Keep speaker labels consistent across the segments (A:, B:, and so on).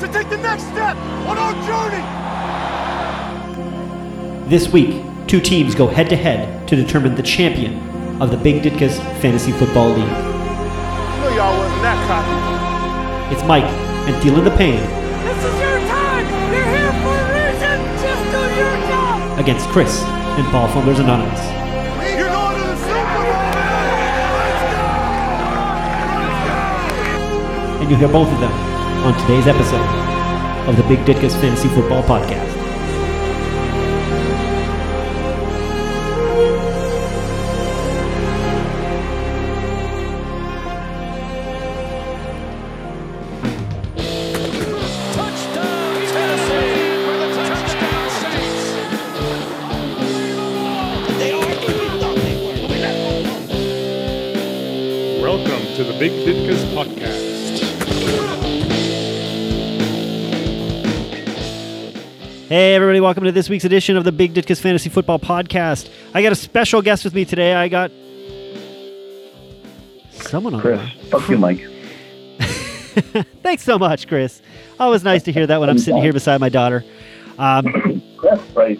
A: to take the next step on our journey.
B: This week, two teams go head to head to determine the champion of the Big Ditka's Fantasy Football League.
A: I know y'all wasn't that cocky.
B: It's Mike and Dylan the Pain
C: This is your time. You're here for a reason. Just do your job.
B: against Chris and Ball Fumblers Anonymous.
A: You're going to the Super Bowl.
B: And you'll hear both of them on today's episode of the Big Ditka's Fantasy Football Podcast.
D: Touchdown, Tennessee! With a touchdown, Saints! They are doing nothing.
E: Welcome to the Big Ditkas Podcast.
B: Hey, everybody, welcome to this week's edition of the Big Ditka's Fantasy Football Podcast. I got a special guest with me today. I got someone on the
F: Chris,
B: line.
F: fuck you, Mike.
B: Thanks so much, Chris. Always nice to hear that when I'm sitting here beside my daughter. Um,
F: Chris, right?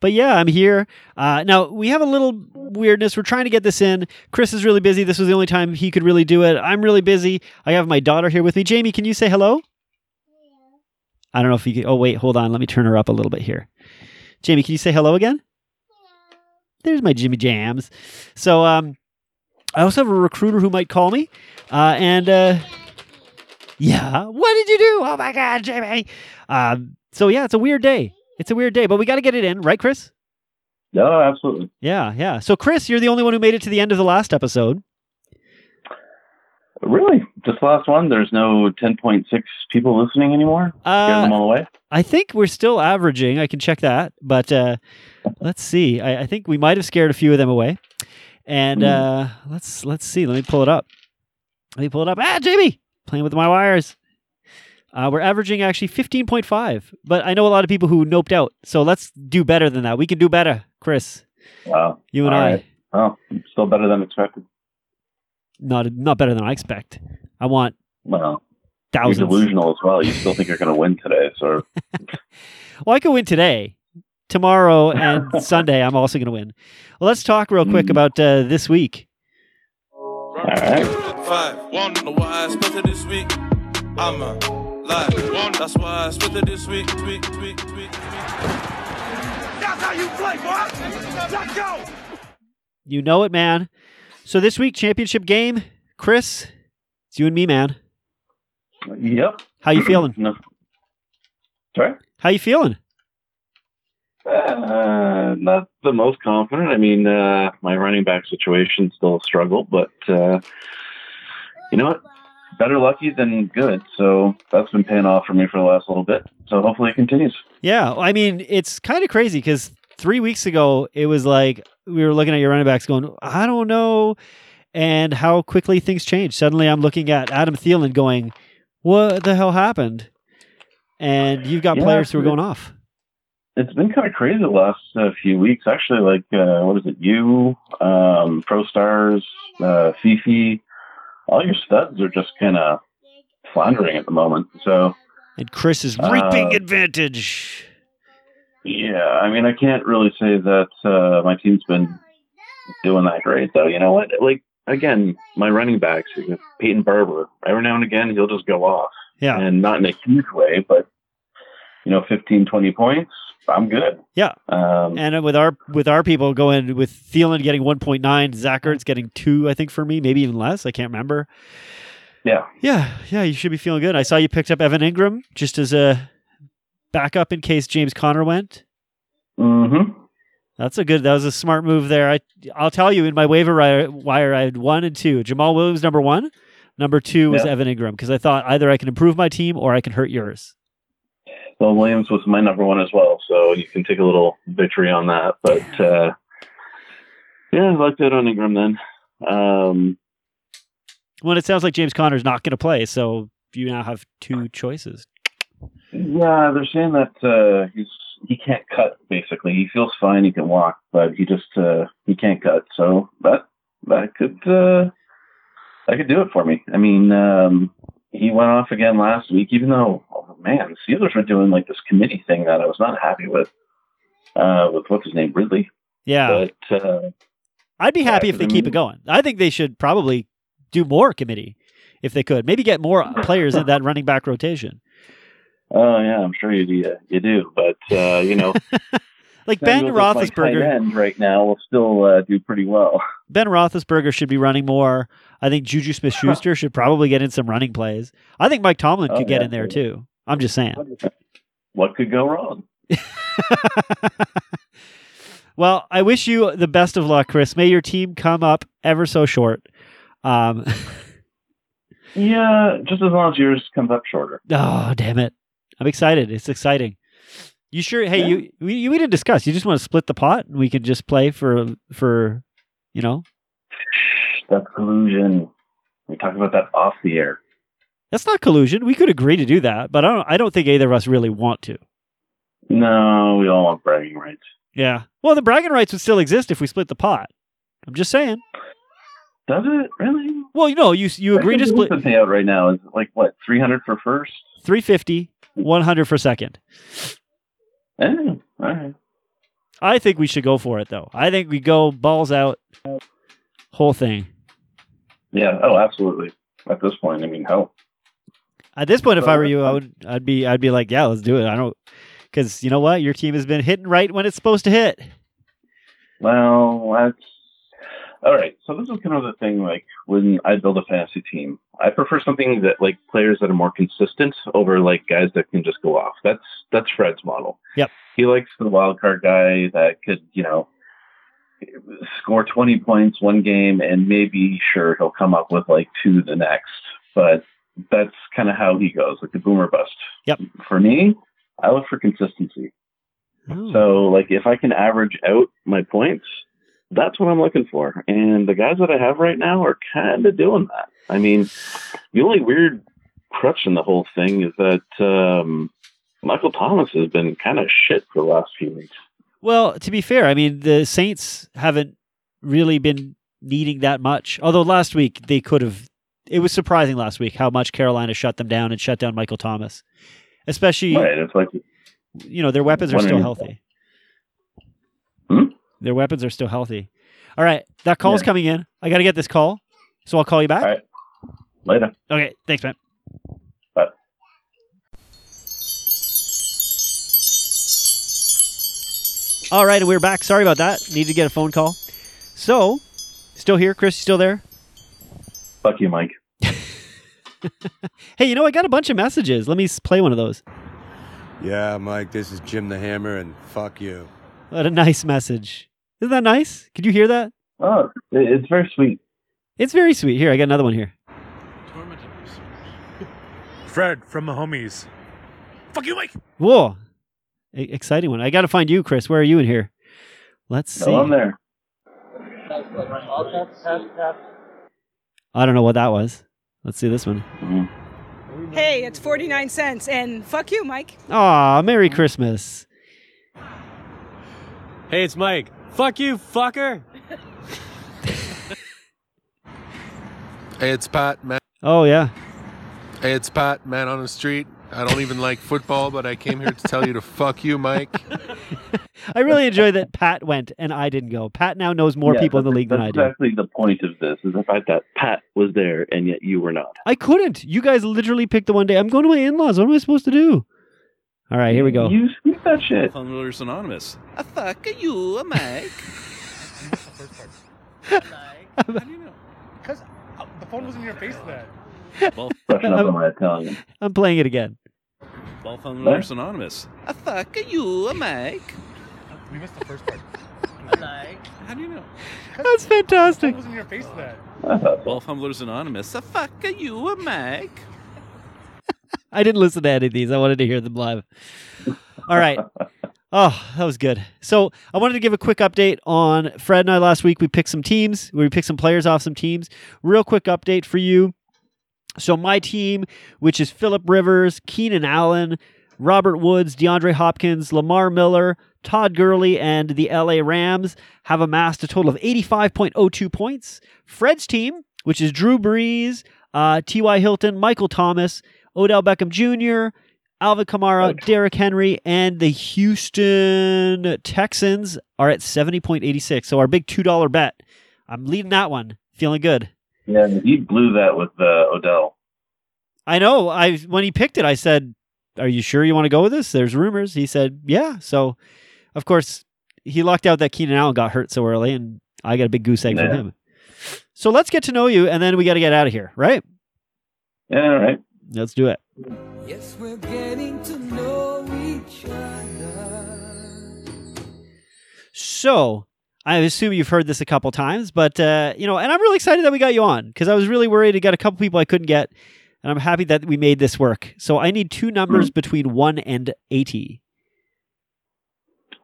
B: but yeah, I'm here. Uh, now, we have a little weirdness. We're trying to get this in. Chris is really busy. This was the only time he could really do it. I'm really busy. I have my daughter here with me. Jamie, can you say hello? I don't know if you can. Oh, wait, hold on. Let me turn her up a little bit here. Jamie, can you say hello again? There's my Jimmy Jams. So, um, I also have a recruiter who might call me. Uh, and, uh, yeah. What did you do? Oh, my God, Jamie. Um, so, yeah, it's a weird day. It's a weird day, but we got to get it in, right, Chris?
F: No, absolutely.
B: Yeah, yeah. So, Chris, you're the only one who made it to the end of the last episode.
F: Really? Just last one. There's no 10.6 people listening anymore. Give them
B: Uh,
F: all away.
B: I think we're still averaging. I can check that, but uh, let's see. I, I think we might have scared a few of them away.
F: Hmm.
B: And uh, let's let's see. Let me pull it up. Let me pull it up. Ah, Jamie, playing with my wires. Uh, we're averaging actually 15.5, but I know a lot of people who noped out. So let's do better than that. We can do better, Chris.
F: Wow.
B: You and
F: All
B: I.
F: right. Oh, still better than expected.
B: Not not better than I expect. I want
F: Well, you're
B: thousands.
F: delusional as well. You still think you're going to win today. So
B: Well, I could win today. Tomorrow and Sunday, I'm also going to win. Well, let's talk real quick
F: Mm.
B: about uh, this week.
F: All right.
G: Five, one, know why I spent it this week. I'm a live one. That's why I spent it this week. Tweet, tweet, tweet, tweet.
A: That's how you play, boy. Let's go.
B: You know it, man. So this week, championship game, Chris, it's you and me, man.
F: Yep.
B: How you feeling?
F: No. Sorry.
B: How you feeling?
F: Uh, not the most confident. I mean, uh, my running back situation still a struggle, but uh, you know what? Better lucky than good. So that's been paying off for me for the last little bit. So hopefully it continues.
B: Yeah, I mean, it's kind of crazy because three weeks ago, it was like we were looking at your running backs going, I don't know, and how quickly things change. Suddenly, I'm looking at Adam Thielen going, what the hell happened? And you've got
F: Yeah,
B: players who are
F: it's-
B: going off.
F: It's been kind of crazy the last uh, few weeks, actually. Like, uh, what is it? You, um, Pro Stars, uh, Fifi, all your studs are just kind of floundering at the moment. So,
B: And Chris is
F: Uh,
B: reaping advantage.
F: yeah, I mean, I can't really say that uh, my team's been doing that great, though. You know what? Like, again, my running backs, uh, Peyton Barber, every now and again, he'll just go off.
B: Yeah.
F: And not in a huge way, but, you know, 15, 20 points, I'm good.
B: Yeah.
F: Um,
B: And with our with our people going with Thielen getting 1.9, Zacherts getting two, I think for me, maybe even less. I can't remember.
F: yeah.
B: Yeah, yeah, you should be feeling good. I saw you picked up Evan Ingram just as a backup in case James Conner went.
F: Mm-hmm.
B: That's a good. That was a smart move there. I I'll tell you in my waiver ri- wire, I had one and two. Jamal Williams number one, number two was
F: Yeah.
B: Evan Ingram because I thought either I can improve my team or I can hurt yours.
F: Well, Williams was my number one as well, so you can take a little victory on that. But uh, yeah, I like that on Ingram then. Um,
B: Well, it sounds like James Conner's not going to play, so you now have two choices.
F: yeah, they're saying that uh, he's he can't cut. Basically, he feels fine. He can walk, but he just uh, he can't cut. So that that could uh, that could do it for me. I mean, um, he went off again last week, even though, oh, man, the Steelers were doing like this committee thing that I was not happy with, uh, with what's his name, Ridley.
B: Yeah,
F: But uh,
B: I'd be happy if they keep it going. I think they should probably do more committee if they could. Maybe get more players in that running back rotation.
F: oh yeah, I'm sure you do, you do. But uh, you know,
B: Like Ben
F: Samuels with my tight
B: Roethlisberger,
F: end right now will still uh, do pretty well.
B: Ben Roethlisberger should be running more. I think Juju Smith-Schuster should probably get in some running plays. I think Mike Tomlin
F: Oh,
B: could get
F: yeah,
B: in there
F: absolutely.
B: too. I'm just saying.
F: What could go wrong?
B: well, I wish you the best of luck, Chris. May your team come up ever so short. Um,
F: Yeah, just as long as yours comes up shorter.
B: oh, damn it! I'm excited. It's exciting. You sure? Hey,
F: Yeah.
B: you we, you we didn't discuss. You just want to split the pot, and we can just play for for, you know,
F: That's collusion. We talked about that off the air.
B: that's not collusion. We could agree to do that, but I don't. I don't think either of us really want to.
F: No, we all want bragging rights.
B: Yeah. Well, the bragging rights would still exist if we split the pot. I'm just saying.
F: Does it really?
B: Well, you know, you you agree to split
F: The payout right now is like what three hundred for first.
B: 350, 100 for second.
F: Eh, all right.
B: I think we should go for it though. I think we go balls out, whole thing.
F: Yeah. Oh, absolutely. At this point, I mean, hell,
B: At this point, if I were you, I would I'd be I'd be like, yeah, let's do it. I don't because you know what, your team has been hitting right when it's supposed to hit.
F: well, that's all right. So this is kind of the thing. Like when I build a fantasy team, I prefer something that like players that are more consistent over like guys that can just go off. That's that's Fred's model.
B: Yep.
F: He likes the wild card guy that could you know score twenty points one game and maybe sure he'll come up with like two the next, but that's kind of how he goes, like the boomer bust.
B: Yep.
F: For me, I look for consistency.
B: Oh.
F: So, like, if I can average out my points, that's what I'm looking for. And the guys that I have right now are kind of doing that. I mean, the only weird crutch in the whole thing is that um, Michael Thomas has been kind of shit for the last few weeks.
B: Well, to be fair, I mean the Saints haven't really been needing that much. Although last week they could have. It was surprising last week how much Carolina shut them down and shut down Michael Thomas, especially
F: Right? It's like,
B: you know their weapons are
F: Wondering
B: still
F: if-
B: healthy.
F: Hmm?
B: Their weapons are still healthy. All right, that call's
F: Yeah.
B: coming in. I got to get this call, so I'll call you back.
F: All right. later.
B: Okay, thanks, man.
F: Bye.
B: All right, and we're back. Sorry about that. Need to get a phone call. So, still here, Chris? You still there?
F: Fuck you, Mike.
B: Hey, you know I got a bunch of messages. Let me s- play one of those.
H: Yeah, Mike, this is Jim the Hammer, and fuck you.
B: What a nice message. Isn't that nice? Could you hear that?
F: Oh, it- it's very sweet.
B: It's very sweet. Here, I got another one here.
E: Fred from the homies. Fuck you, Mike.
B: Whoa, E- exciting one. I got to find you, Chris. Where are you in here? Let's see.
F: No, I'm there.
B: I don't know what that was. Let's see this one.
C: Hey, it's 49 cents, and fuck you, Mike.
B: Aw, Merry Christmas.
I: Hey, it's Mike. Fuck you, fucker.
H: Hey, it's Pat, man.
B: Oh yeah.
H: Hey, it's Pat, man on the street. I don't even like football, but I came here to tell you to fuck you, Mike.
B: I really enjoy that Pat went and I didn't go. Pat now knows more
F: Yeah,
B: people in the
F: that's-
B: league than I
F: that's
B: do.
F: exactly the point of this is the fact that Pat was there and yet you were not.
B: I couldn't. You guys literally picked the one day. I'm going to my in-laws. What am I supposed to do? All right, here we go.
F: You speak that shit.
G: Familiar synonymous.
D: A fuck you, a Mike.
E: How do you know? Because the phone was in your face then.
F: Freshen up on my Italian.
B: I'm playing it again.
G: Ball familiar
F: Huh?
G: synonymous.
D: A fuck you, a Mike.
E: We missed the first part. How do you know?
B: That's fantastic.
E: was in your face then.
F: I thought
G: Ball familiar synonymous.
D: A fuck you, a Mike.
B: I didn't listen to any of these. I wanted to hear them live. All right. Oh, that was good. So I wanted to give a quick update on Fred and I last week. We picked some teams. We picked some players off some teams. Real quick update for you. So my team, which is Philip Rivers, Keenan Allen, Robert Woods, DeAndre Hopkins, Lamar Miller, Todd Gurley, and the LA Rams oh have amassed a total of 85.02 points. Fred's team, which is Drew Brees, uh, T.Y. Hilton, Michael Thomas, Odell Beckham Jr., Alvin Kamara, Derrick Henry, and the Houston Texans are at 70.86. So our big $2 bet. I'm leading that one. Feeling good.
F: Yeah, he blew that with uh, Odell.
B: I know. I when he picked it, I said, "Are you sure you want to go with this?" There's rumors. He said, "Yeah." So, of course, he lucked out that Keenan Allen got hurt so early, and I got a big goose egg
F: Yeah.
B: from him. So let's get to know you, and then we got to get out of here, right?
F: Yeah, all right.
B: Let's do it.
C: Yes, we're getting to know each other.
B: So I assume you've heard this a couple times, but uh, you know, and I'm really excited that we got you on because I was really worried. I got a couple people I couldn't get, and I'm happy that we made this work. So I need two numbers between one and eighty.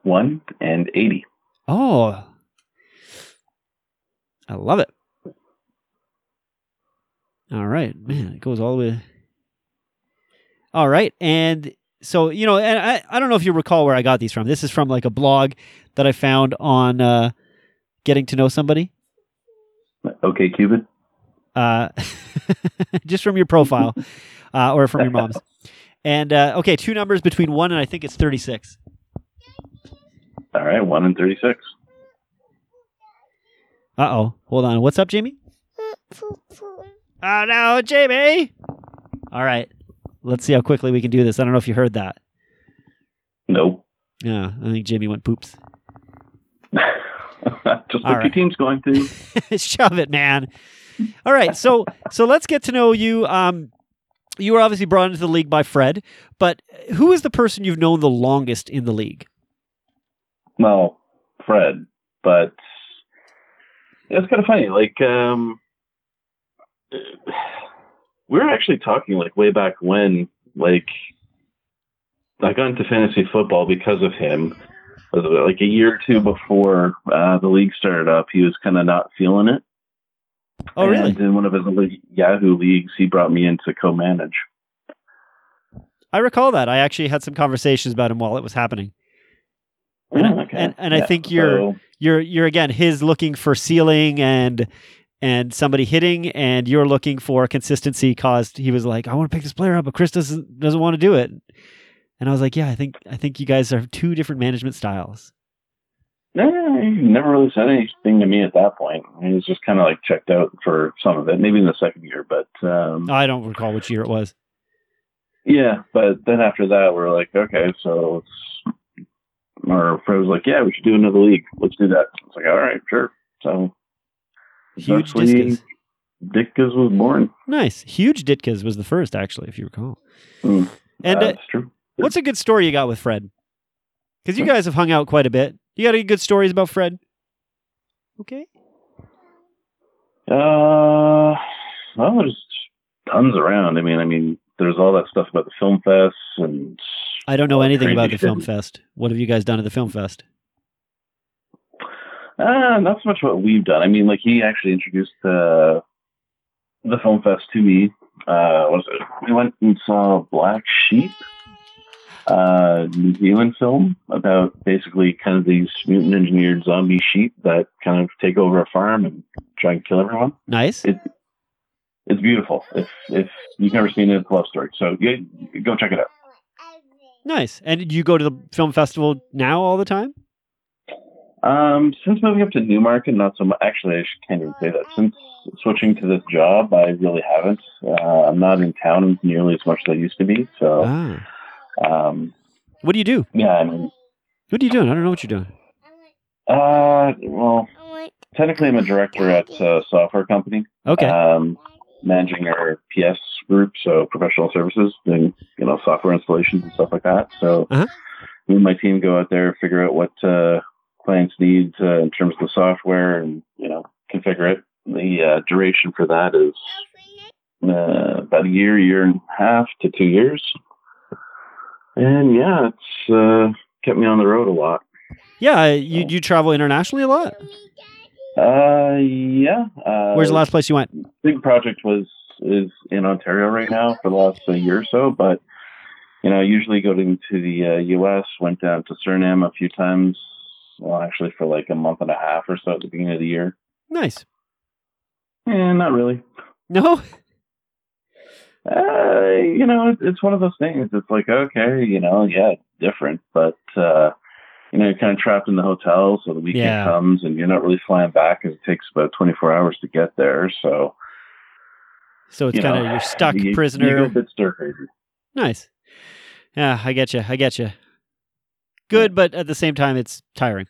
F: One and eighty.
B: Oh, I love it. All right, man, it goes all the way. All right, and so you know, and I, I don't know if you recall where I got these from. This is from like a blog that I found on uh, getting to know somebody.
F: Okay, Cupid.
B: uh, just from your profile uh, or from your mom's. And uh, okay, two numbers between one and I think it's 36.
F: All right, one and thirty-six.
B: Uh oh. Hold on. What's up, Jamie? Oh no, Jamie! All right. Let's see how quickly we can do this. I don't know if you heard that.
F: Nope.
B: Yeah, I think Jamie went poops.
F: Just
B: All
F: like your
B: right.
F: team's going to.
B: Shove it, man. All right, so so let's get to know you. Um, you were obviously brought into the league by Fred, but who is the person you've known the longest in the league?
F: Well, Fred, but it's kind of funny. Like, um, we were actually talking like way back when. Like, I got into fantasy football because of him. It was, Like a year or two before uh, the league started up, he was kind of not feeling it.
B: Oh, really?
F: And in one of his other Yahoo leagues, he brought me in to co-manage.
B: I recall that. I actually had some conversations about him while it was happening. And I- and- and I think you're-
F: so-
B: You're you're again his looking for ceiling and and somebody hitting, and you're looking for consistency. Caused he was like, I want to pick this player up, but Chris doesn't doesn't want to do it. And I was like, Yeah, I think I think you guys are two different management styles.
F: No, he never really said anything to me at that point. He was just kind of like checked out for some of it, maybe in the second year. But um,
B: I don't recall which year it was.
F: yeah, but then after that, we are like, okay, so it's. Our friend was like, yeah, we should do another league. Let's do that. It's like, all right, sure. So
B: Huge
F: That's when you-
B: Ditkas.
F: Dickas was born.
B: Nice. Huge Ditkas was the first, actually, if you recall.
F: Hmm.
B: And uh,
F: That's true.
B: what's a good story you got with Fred? Because you guys have hung out quite a bit. You got any good stories about Fred? Okay.
F: Uh, well, there's tons around. I mean, I mean, there's all that stuff about the film fest and
B: I don't know anything
F: Oh, crazy
B: about the
F: shit.
B: film fest. What have you guys done at the film fest?
F: Uh, not so much what we've done. I mean, like he actually introduced the the film fest to me. Uh, what was it? We went and saw Black Sheep, uh, New Zealand film about basically kind of these mutant engineered zombie sheep that kind of take over a farm and try and kill everyone.
B: Nice.
F: It, it's beautiful. If if you've never seen it, it's a love story. So yeah, go check it out.
B: Nice. And you go to the film festival now all the time?
F: Um, since moving up to Newmarket, not so much. Actually, I sh- can't even say that. Since switching to this job, I really haven't. Uh, I'm not in town nearly as much as I used to be. So,
B: Ah.
F: um,
B: What do you do?
F: yeah, I mean,
B: What are you doing? I don't know what you're doing.
F: uh, well, technically, I'm a director at a software company,
B: Okay.
F: um, managing our PS group, so professional services, doing you know software installations and stuff like that. So,
B: Uh-huh.
F: me and my team go out there, figure out what uh, clients need uh, in terms of the software, and you know configure it. The uh, duration for that is uh, about a year, year and a half to two years. And yeah, it's uh, kept me on the road a lot.
B: yeah, you, you travel internationally a lot?
F: Uh, yeah. Uh,
B: Where's the last place you went?
F: big project was is in Ontario right now for the last uh, year or so, but you know, usually go to to the uh, U.S. Went down to Suriname a few times. Well, actually, for like a month and a half or so at the beginning of the year.
B: Nice.
F: Eh, not really.
B: No?
F: uh, you know, it- it's one of those things. It's like, okay, you know, yeah, it's different, but uh, you know, you're kind of trapped in the hotel, so the weekend
B: Yeah.
F: comes and you're not really flying back because it takes about 24 hours to get there. So
B: So it's
F: you know,
B: kind of you're stuck
F: you- you
B: prisoner.
F: go a bit stir crazy.
B: nice. Yeah, I get you. I get you. Good, but at the same time, it's tiring.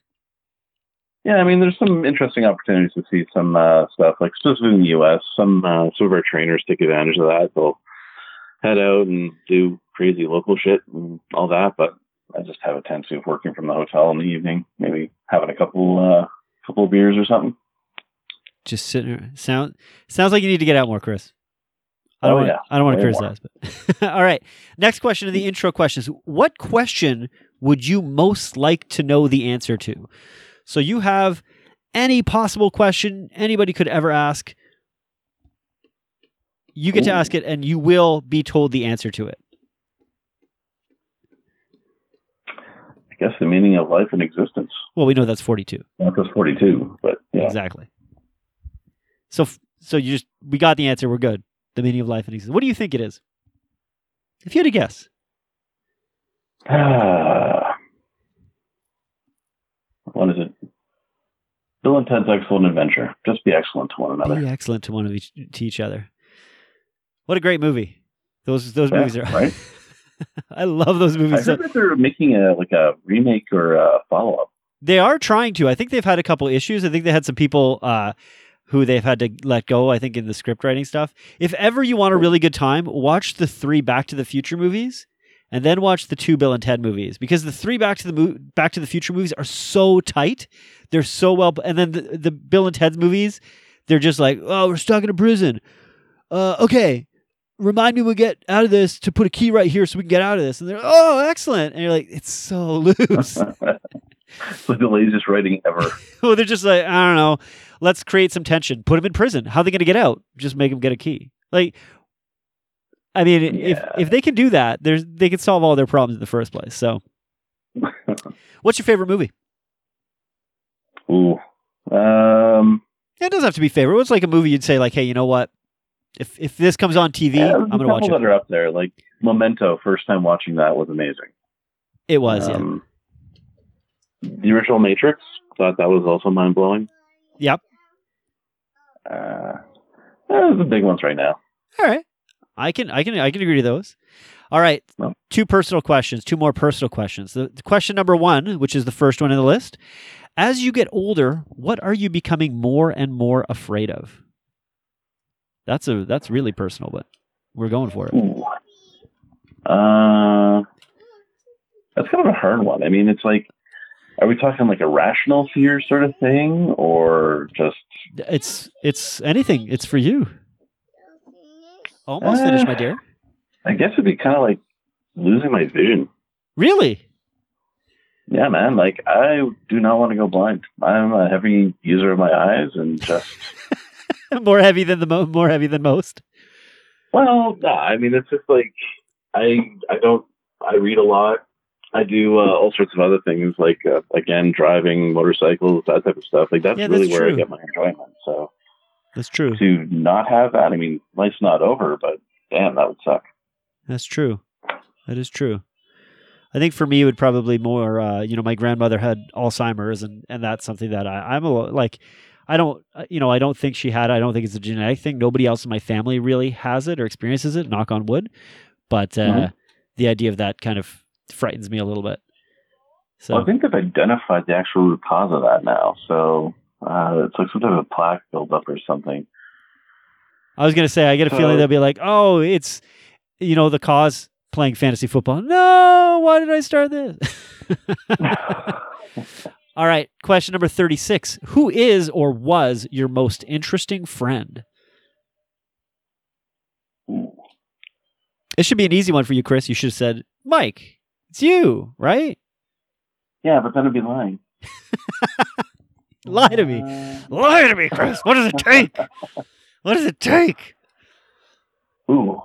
F: Yeah, I mean, there's some interesting opportunities to see some uh, stuff, like specifically in the U.S. Some uh, some of our trainers take advantage of that. They'll head out and do crazy local shit and all that. But I just have a tendency of working from the hotel in the evening, maybe having a couple uh, couple of beers or something.
B: Just sitting. There. Sound sounds like you need to get out more, Chris. I
F: Oh,
B: don't. wanna,
F: yeah.
B: I don't want to
F: Way more.
B: criticize, but all right. Next question of the intro questions: What question would you most like to know the answer to? So you have any possible question anybody could ever ask. You get to
F: Ooh.
B: ask it, and you will be told the answer to it.
F: I guess the meaning of life and existence.
B: Well, we know that's forty-two.
F: Not just 42, but yeah.
B: Exactly. So, f- so you just we got the answer. We're good. The meaning of life and existence. What do you think it is? If you had to guess,
F: what is it? Bill and Ted's Excellent Adventure. Just be excellent to one another.
B: be excellent to one of each to each other. What a great movie! Those those
F: Yeah,
B: movies are.
F: right?
B: I love those
F: I
B: movies. So-
F: heard that they're making a like a remake or a follow up.
B: they are trying to. I think they've had a couple issues. I think they had some people uh, who they've had to let go. I think in the script writing stuff. If ever you want a really good time, watch the three Back to the Future movies, and then watch the two Bill and Ted movies because the three Back to the mo- Back to the Future movies are so tight. They're so well, and then the, the Bill and Ted's movies, they're just like, oh, we're stuck in a prison. Uh, okay. Remind me we get out of this to put a key right here so we can get out of this. And they're, oh, excellent. And you're like, it's so loose.
F: it's like the laziest writing ever.
B: well, they're just like, I don't know. Let's create some tension. Put them in prison. How are they going to get out? Just make them get a key. Like, I mean,
F: Yeah.
B: if if they can do that, there's they can solve all their problems in the first place. So, what's your favorite movie?
F: Ooh. Um,
B: It doesn't have to be favorite. What's like a movie you'd say like, hey, you know what? If if this comes on TV,
F: yeah, there's
B: I'm
F: a
B: going to watch
F: couple
B: it.
F: that are up there. Like Memento, first time watching that was amazing.
B: It was yeah.
F: Um, The original Matrix, thought that was also mind blowing.
B: Yep.
F: Uh, those are the big ones right now.
B: All right. I can I can I can agree to those. All right.
F: Well.
B: Two personal questions, two more personal questions. The, the question number 1, which is the first one in the list. As you get older, what are you becoming more and more afraid of? That's a that's really personal, but we're going for it.
F: Ooh. Uh, that's kind of a hard one. I mean, it's like, are we talking like a rational fear sort of thing, or just?
B: It's it's anything. It's for you. Almost finished, my dear.
F: I guess it'd be kind of like losing my vision.
B: Really?
F: Yeah, man. Like, I do not want to go blind. I'm a heavy user of my eyes, and just
B: more heavy than the mo- more heavy than most.
F: Well, no, I mean it's just like I I don't I read a lot. I do uh, all sorts of other things like uh, again driving motorcycles that type of stuff. Like that's
B: Yeah,
F: really
B: that's
F: where
B: true.
F: I get my enjoyment. So
B: That's true.
F: to not have that, I mean, life's not over, but damn, that would suck.
B: That's true. That is true. I think for me, it would probably more, uh, you know, my grandmother had Alzheimer's, and, and that's something that I, I'm a lo- like, I don't, uh, you know, I don't think she had. I don't think it's a genetic thing. Nobody else in my family really has it or experiences it. Knock on wood. But uh,
F: Mhm.
B: the idea of that kind of frightens me a little bit. So
F: Well, I think they've identified the actual root cause of that now. So uh, it's like some type of plaque buildup or something.
B: I was gonna say, I get a feeling
F: Uh,
B: they'll be like, "Oh, it's you know the cause playing fantasy football." No, why did I start this? All right, question number thirty-six: Who is or was your most interesting friend?
F: Ooh.
B: It should be an easy one for you, Chris. You should have said, "Mike, it's you, right?"
F: Yeah, but then it'd be lying.
B: Lie to me,
F: Uh,
B: lie to me, Chris. What does it take? what does it take?
F: Ooh,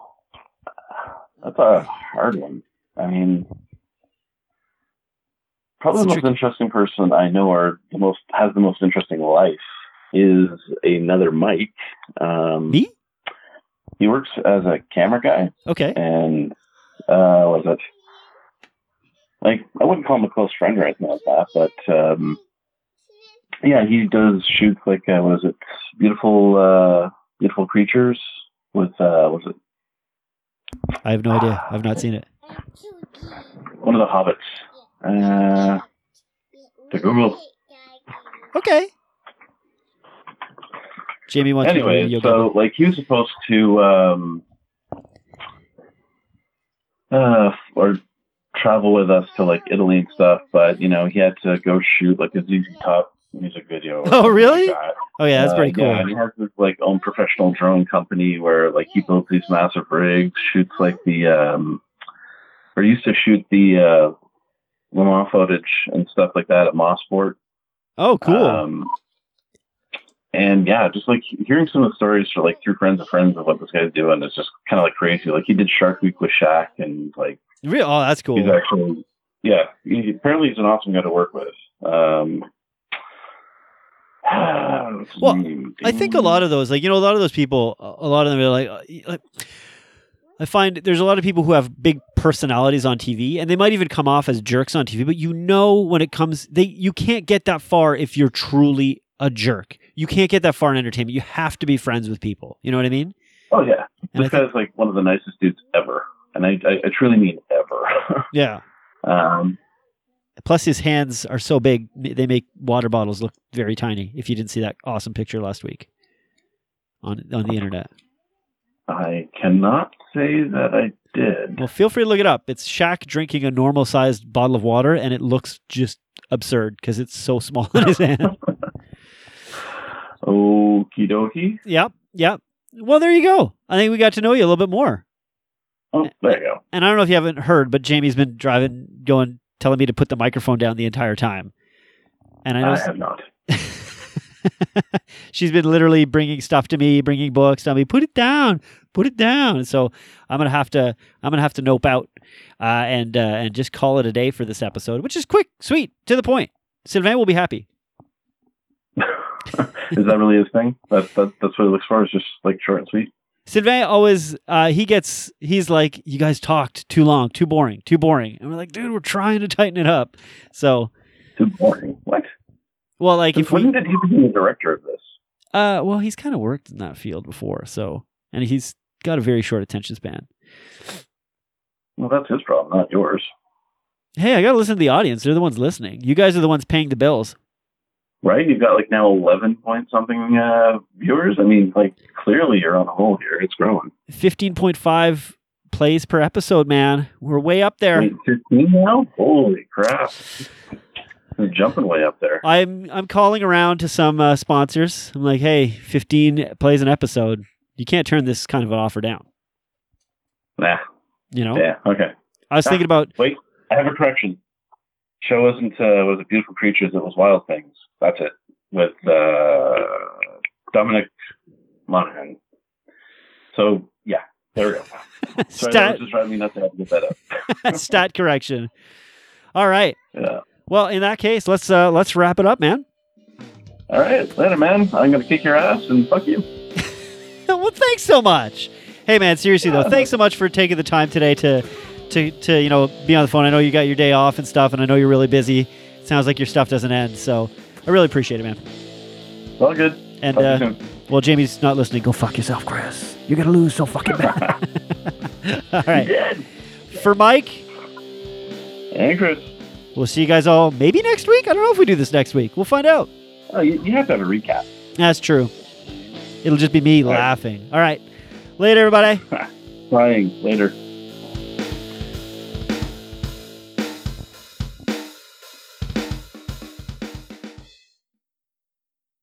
F: that's a hard one. I mean, probably
B: It's
F: the most
B: tricky.
F: interesting person I know, or the most has the most interesting life, is another Mike. Um,
B: Me?
F: He works as a camera guy,
B: Okay.
F: and uh, was it like I wouldn't call him a close friend or anything like that, but um, yeah, he does shoots like uh, was it beautiful, uh, beautiful creatures with uh, was it
B: I have no idea. I've not seen it.
F: one of the hobbits? Uh, the Google.
B: Okay. Jamie wants
F: anyway,
B: you to
F: so like he was supposed to um uh or travel with us to like Italy and stuff, but you know, he had to go shoot like a ZZ Top music video. or
B: Oh,
F: something like
B: really?
F: that.
B: Oh yeah, that's
F: Uh,
B: pretty cool.
F: Yeah, and he has this like own professional drone company where like he builds these massive rigs, shoots like the um or used to shoot the uh Le Mans footage and stuff like that at Mossport.
B: Oh, cool.
F: Um, and yeah, just like hearing some of the stories for like through friends of friends of what this guy's doing is just kind of like crazy. Like he did Shark Week with Shaq, and like
B: Real. Oh, that's cool.
F: he's actually yeah. He, apparently, he's an awesome guy to work with. Um,
B: Well, I think a lot of those, like you know, a lot of those people, a lot of them are like, uh, like, I find there's a lot of people who have big personalities on TV, and they might even come off as jerks on TV. But you know, when it comes, they you can't get that far if you're truly a jerk. You can't get that far in entertainment. You have to be friends with people. You know what I mean?
F: Oh yeah,
B: And I
F: this
B: think,
F: guy's like one of the nicest dudes ever, and I I, I truly mean ever.
B: yeah.
F: um,
B: Plus, his hands are so big; m- they make water bottles look very tiny. If you didn't see that awesome picture last week on on the internet,
F: I cannot say that I did.
B: well, feel free to look it up. It's Shaq drinking a normal sized bottle of water, and it looks just absurd because it's so small in his hand.
F: Okie dokie.
B: yep, yep. Well, there you go. I think we got to know you a little bit more.
F: Oh, there you go.
B: And I don't know if you haven't heard, but Jamie's been driving, going, telling me to put the microphone down the entire time. And I know
F: I
B: s-
F: have not.
B: she's been literally bringing stuff to me, bringing books to me. Put it down, put it down. So I'm gonna have to, I'm gonna have to nope out uh, and uh, and just call it a day for this episode, which is quick, sweet, to the point. Sylvain will be happy.
F: is that really his thing? That, that that's what he looks for. Is just like short and sweet.
B: Sylvain always uh, he gets he's like you guys talked too long, too boring, too boring, and we're like, dude, we're trying to tighten it up. So
F: Too boring. What?
B: well, like if we
F: when did he become the director of this?
B: Uh, well, he's kind of worked in that field before, so and he's got a very short attention span.
F: Well, that's his problem, not yours.
B: Hey, I gotta listen to the audience. They're the ones listening. You guys are the ones paying the bills.
F: Right? You've got like now eleven point something uh, viewers. I mean, like clearly you're on a roll here. It's growing.
B: Fifteen point five plays per episode, man. We're way up there.
F: Wait, Fifteen now? Holy crap! You're jumping way up there.
B: I'm I'm calling around to some uh, sponsors. I'm like, hey, fifteen plays an episode. You can't turn this kind of an offer down.
F: Nah.
B: You know.
F: Yeah. Okay.
B: I was thinking about
F: Wait. I have a correction. Show isn't uh, was it beautiful creatures? It was wild things. That's it. With uh, Dominic Monaghan. So yeah, there we go. Sorry, that was
B: stat
F: just driving me nuts. I had to get that up.
B: stat correction. All right.
F: Yeah.
B: Well, in that case, let's uh, let's wrap it up, man.
F: All right, later, man. I'm gonna kick your ass and fuck you.
B: well, thanks so much. Hey, man, seriously though, thanks so much for taking the time today to, to, to you know, be on the phone. I know you got your day off and stuff, and I know you're really busy. Sounds like your stuff doesn't end, so I really appreciate it, man.
F: All good.
B: And
F: Talk to you
B: uh,
F: soon.
B: well, Jamie's not listening. Go fuck yourself, Chris. You're gonna lose so fucking bad. all right. For Mike,
F: And Chris,
B: we'll see you guys all maybe next week. I don't know if we do this next week. We'll find out.
F: oh, you, you have to have a recap.
B: That's true. It'll just be me
F: All right.
B: laughing. All right. Later, everybody.
F: Crying later.